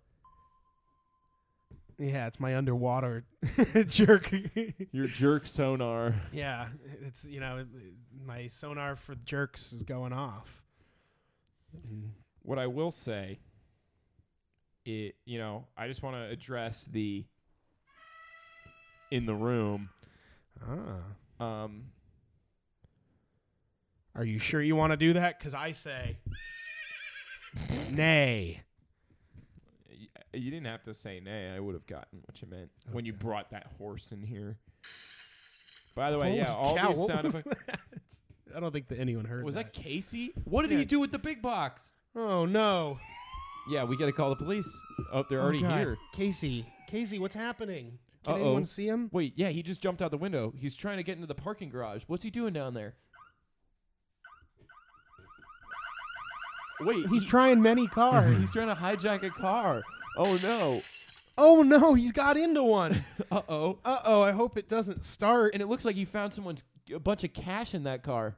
[SPEAKER 2] Yeah, it's my underwater jerk.
[SPEAKER 1] Your jerk sonar.
[SPEAKER 2] yeah, it's you know my sonar for jerks is going off.
[SPEAKER 1] What I will say, it you know, I just want to address the in the room.
[SPEAKER 2] Ah,
[SPEAKER 1] Um,
[SPEAKER 2] are you sure you want to do that? Because I say, nay.
[SPEAKER 1] y- you didn't have to say nay. I would have gotten what you meant when you brought that horse in here. By the way, yeah, all these sound effects.
[SPEAKER 2] I don't think that anyone heard.
[SPEAKER 1] Was that Casey? What did he do with the big box?
[SPEAKER 2] Oh no!
[SPEAKER 1] Yeah, we got to call the police. Oh, they're already
[SPEAKER 2] oh, God.
[SPEAKER 1] here.
[SPEAKER 2] Casey. Casey, what's happening? Can
[SPEAKER 1] Uh-oh.
[SPEAKER 2] anyone see him?
[SPEAKER 1] Wait, yeah, he just jumped out the window. He's trying to get into the parking garage. What's he doing down there? Wait,
[SPEAKER 2] He's
[SPEAKER 1] he-
[SPEAKER 2] trying many cars.
[SPEAKER 1] He's trying to hijack a car. Oh no.
[SPEAKER 2] oh no! He's got into one.
[SPEAKER 1] Uh oh.
[SPEAKER 2] Uh oh! I hope it doesn't start.
[SPEAKER 1] And it looks like he found someone's a bunch of cash in that car.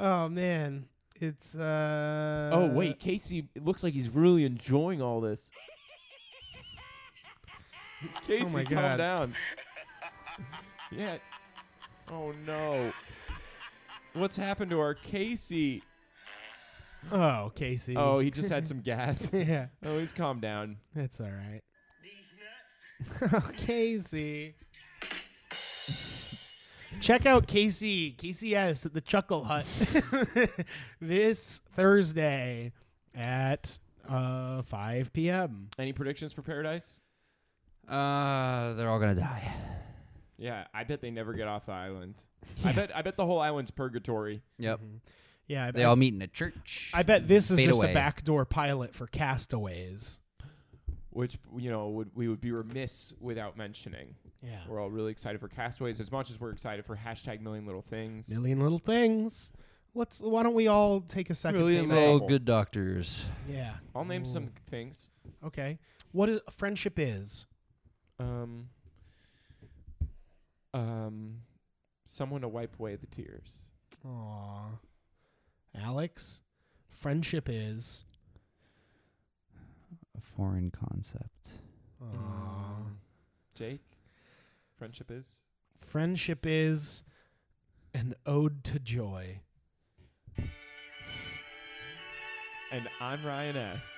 [SPEAKER 2] oh man, it's uh.
[SPEAKER 1] oh wait, Casey. It looks like he's really enjoying all this. Casey,
[SPEAKER 2] Oh my
[SPEAKER 1] calm
[SPEAKER 2] God.
[SPEAKER 1] down. Yeah. Oh no. What's happened to our Casey?
[SPEAKER 2] Oh, Casey.
[SPEAKER 1] Oh, he just had some gas.
[SPEAKER 2] yeah,
[SPEAKER 1] Oh, he's calmed down.
[SPEAKER 2] that's all right. oh, Casey. Check out Casey, KCS at the Chuckle Hut this Thursday at uh, 5 p.m.
[SPEAKER 1] Any predictions for Paradise?
[SPEAKER 3] Uh, they're all gonna die.
[SPEAKER 1] Yeah, I bet they never get off the island. I bet I bet the whole island's purgatory.
[SPEAKER 3] Yep.
[SPEAKER 2] Yeah, I bet,
[SPEAKER 3] They all meet in a church.
[SPEAKER 2] Mm-hmm. I bet this is
[SPEAKER 3] fade
[SPEAKER 2] just
[SPEAKER 3] away.
[SPEAKER 2] a backdoor pilot for Castaways.
[SPEAKER 1] which you know would we would be remiss without mentioning.
[SPEAKER 2] Yeah.
[SPEAKER 1] We're all really excited for Castaways as much as we're excited for hashtag Million Little Things.
[SPEAKER 2] Million Little Things. Let's. Why don't we all take a second?
[SPEAKER 1] Million
[SPEAKER 2] to
[SPEAKER 1] Little-
[SPEAKER 2] say,
[SPEAKER 1] Little
[SPEAKER 3] all
[SPEAKER 1] Sable.
[SPEAKER 3] good doctors.
[SPEAKER 2] yeah.
[SPEAKER 1] I'll name some things.
[SPEAKER 2] Okay. What is, friendship is?
[SPEAKER 1] Um, um, someone to wipe away the tears.
[SPEAKER 2] Aw. Alex, friendship is.
[SPEAKER 3] A foreign concept.
[SPEAKER 2] Aw.
[SPEAKER 1] Mm. Jake, friendship is.
[SPEAKER 2] Friendship is an ode to joy.
[SPEAKER 1] And I'm Ryan S.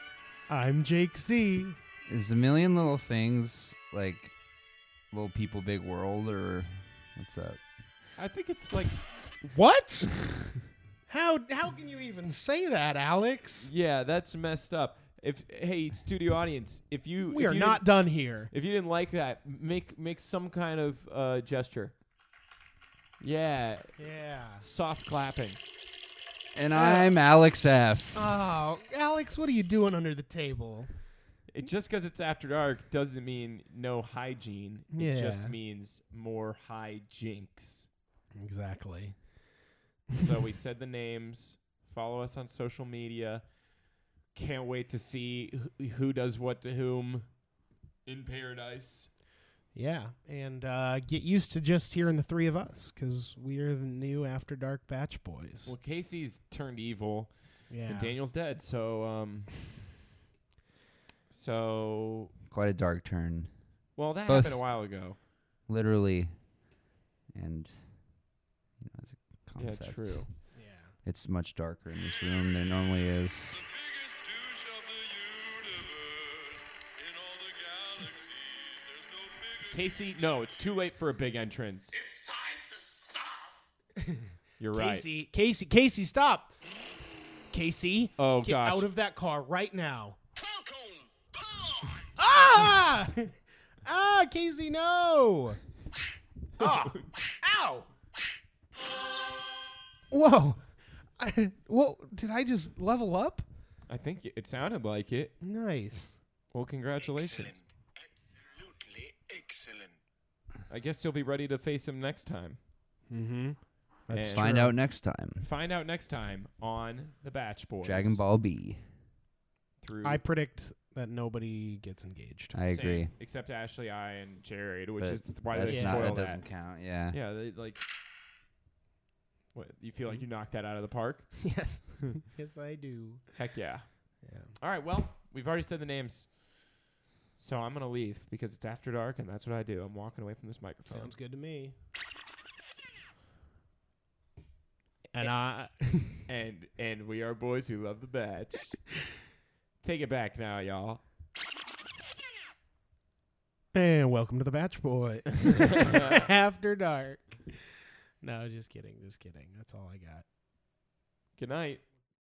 [SPEAKER 2] I'm Jake Z.
[SPEAKER 3] Is a million little things like little people, big world, or what's up?
[SPEAKER 1] I think it's like
[SPEAKER 2] What? how how can you even say that, Alex?
[SPEAKER 1] yeah, that's messed up. If hey studio audience, if you
[SPEAKER 2] We
[SPEAKER 1] if
[SPEAKER 2] are
[SPEAKER 1] you
[SPEAKER 2] not
[SPEAKER 1] didn't-
[SPEAKER 2] done here.
[SPEAKER 1] If you didn't like that, make make some kind of uh, gesture. Yeah,
[SPEAKER 2] Yeah.
[SPEAKER 1] soft clapping.
[SPEAKER 3] And I'm Alex F.
[SPEAKER 2] Oh, Alex, what are you doing under the table?
[SPEAKER 1] It, just because it's after dark doesn't mean no hygiene. It just
[SPEAKER 2] Yeah.
[SPEAKER 1] means more high jinks.
[SPEAKER 2] Exactly.
[SPEAKER 1] so we said the names. Follow us on social media. Can't wait to see who, who does what to whom in paradise.
[SPEAKER 2] Yeah, and uh, get used to just hearing the three of us because we are the new After Dark Batch Boys.
[SPEAKER 1] Well, Casey's turned evil
[SPEAKER 2] yeah.
[SPEAKER 1] and Daniel's dead. So um, So,
[SPEAKER 3] Quite a dark turn,
[SPEAKER 1] well, that
[SPEAKER 3] Both-
[SPEAKER 1] happened a while ago.
[SPEAKER 3] literally, and you know, as a concept.
[SPEAKER 1] Yeah, true.
[SPEAKER 2] Yeah.
[SPEAKER 3] It's much darker in this room than it normally is.
[SPEAKER 6] biggest douche of the universe. In all the galaxies, there's no bigger.
[SPEAKER 1] Casey, no, it's too late for a big entrance.
[SPEAKER 5] It's time to stop.
[SPEAKER 1] You're right.
[SPEAKER 2] Casey, Casey, Casey, stop. Casey,
[SPEAKER 1] Oh,
[SPEAKER 2] get
[SPEAKER 1] gosh.
[SPEAKER 2] out of that car right now.
[SPEAKER 5] Falcon, pull on.
[SPEAKER 2] Ah! ah, Casey, no! Ah! Ow! Whoa! I, whoa! Did I just level up?
[SPEAKER 1] I think it sounded like it.
[SPEAKER 2] Nice.
[SPEAKER 1] Well, congratulations.
[SPEAKER 5] Absolutely excellent.
[SPEAKER 1] I guess you'll be ready to face him next time.
[SPEAKER 2] Mm-hmm.
[SPEAKER 1] That's
[SPEAKER 3] Find out next time.
[SPEAKER 1] Find out next time on the Batch Boys.
[SPEAKER 3] Dragon Ball B.
[SPEAKER 1] Through
[SPEAKER 2] I predict that nobody gets engaged.
[SPEAKER 3] I
[SPEAKER 1] Same,
[SPEAKER 3] agree.
[SPEAKER 1] except Ashley, I, and Jared, which
[SPEAKER 3] but
[SPEAKER 1] is why they
[SPEAKER 3] that's
[SPEAKER 2] Yeah.
[SPEAKER 3] not,
[SPEAKER 1] spoil
[SPEAKER 3] that
[SPEAKER 1] that.
[SPEAKER 3] doesn't count. Yeah.
[SPEAKER 1] Yeah, they like. What you feel like you knocked that out of the park?
[SPEAKER 2] yes. yes, I do.
[SPEAKER 1] Heck yeah!
[SPEAKER 2] Yeah.
[SPEAKER 1] All right, well, we've already said the names, so I'm gonna leave because it's after dark, and that's what I do. I'm walking away from this microphone.
[SPEAKER 2] Sounds good to me. And I.
[SPEAKER 1] And and we are boys who love the batch. Take it back now, y'all.
[SPEAKER 2] And welcome to the Batch Boys after dark. No, just kidding, just kidding. That's all I got.
[SPEAKER 1] Good night.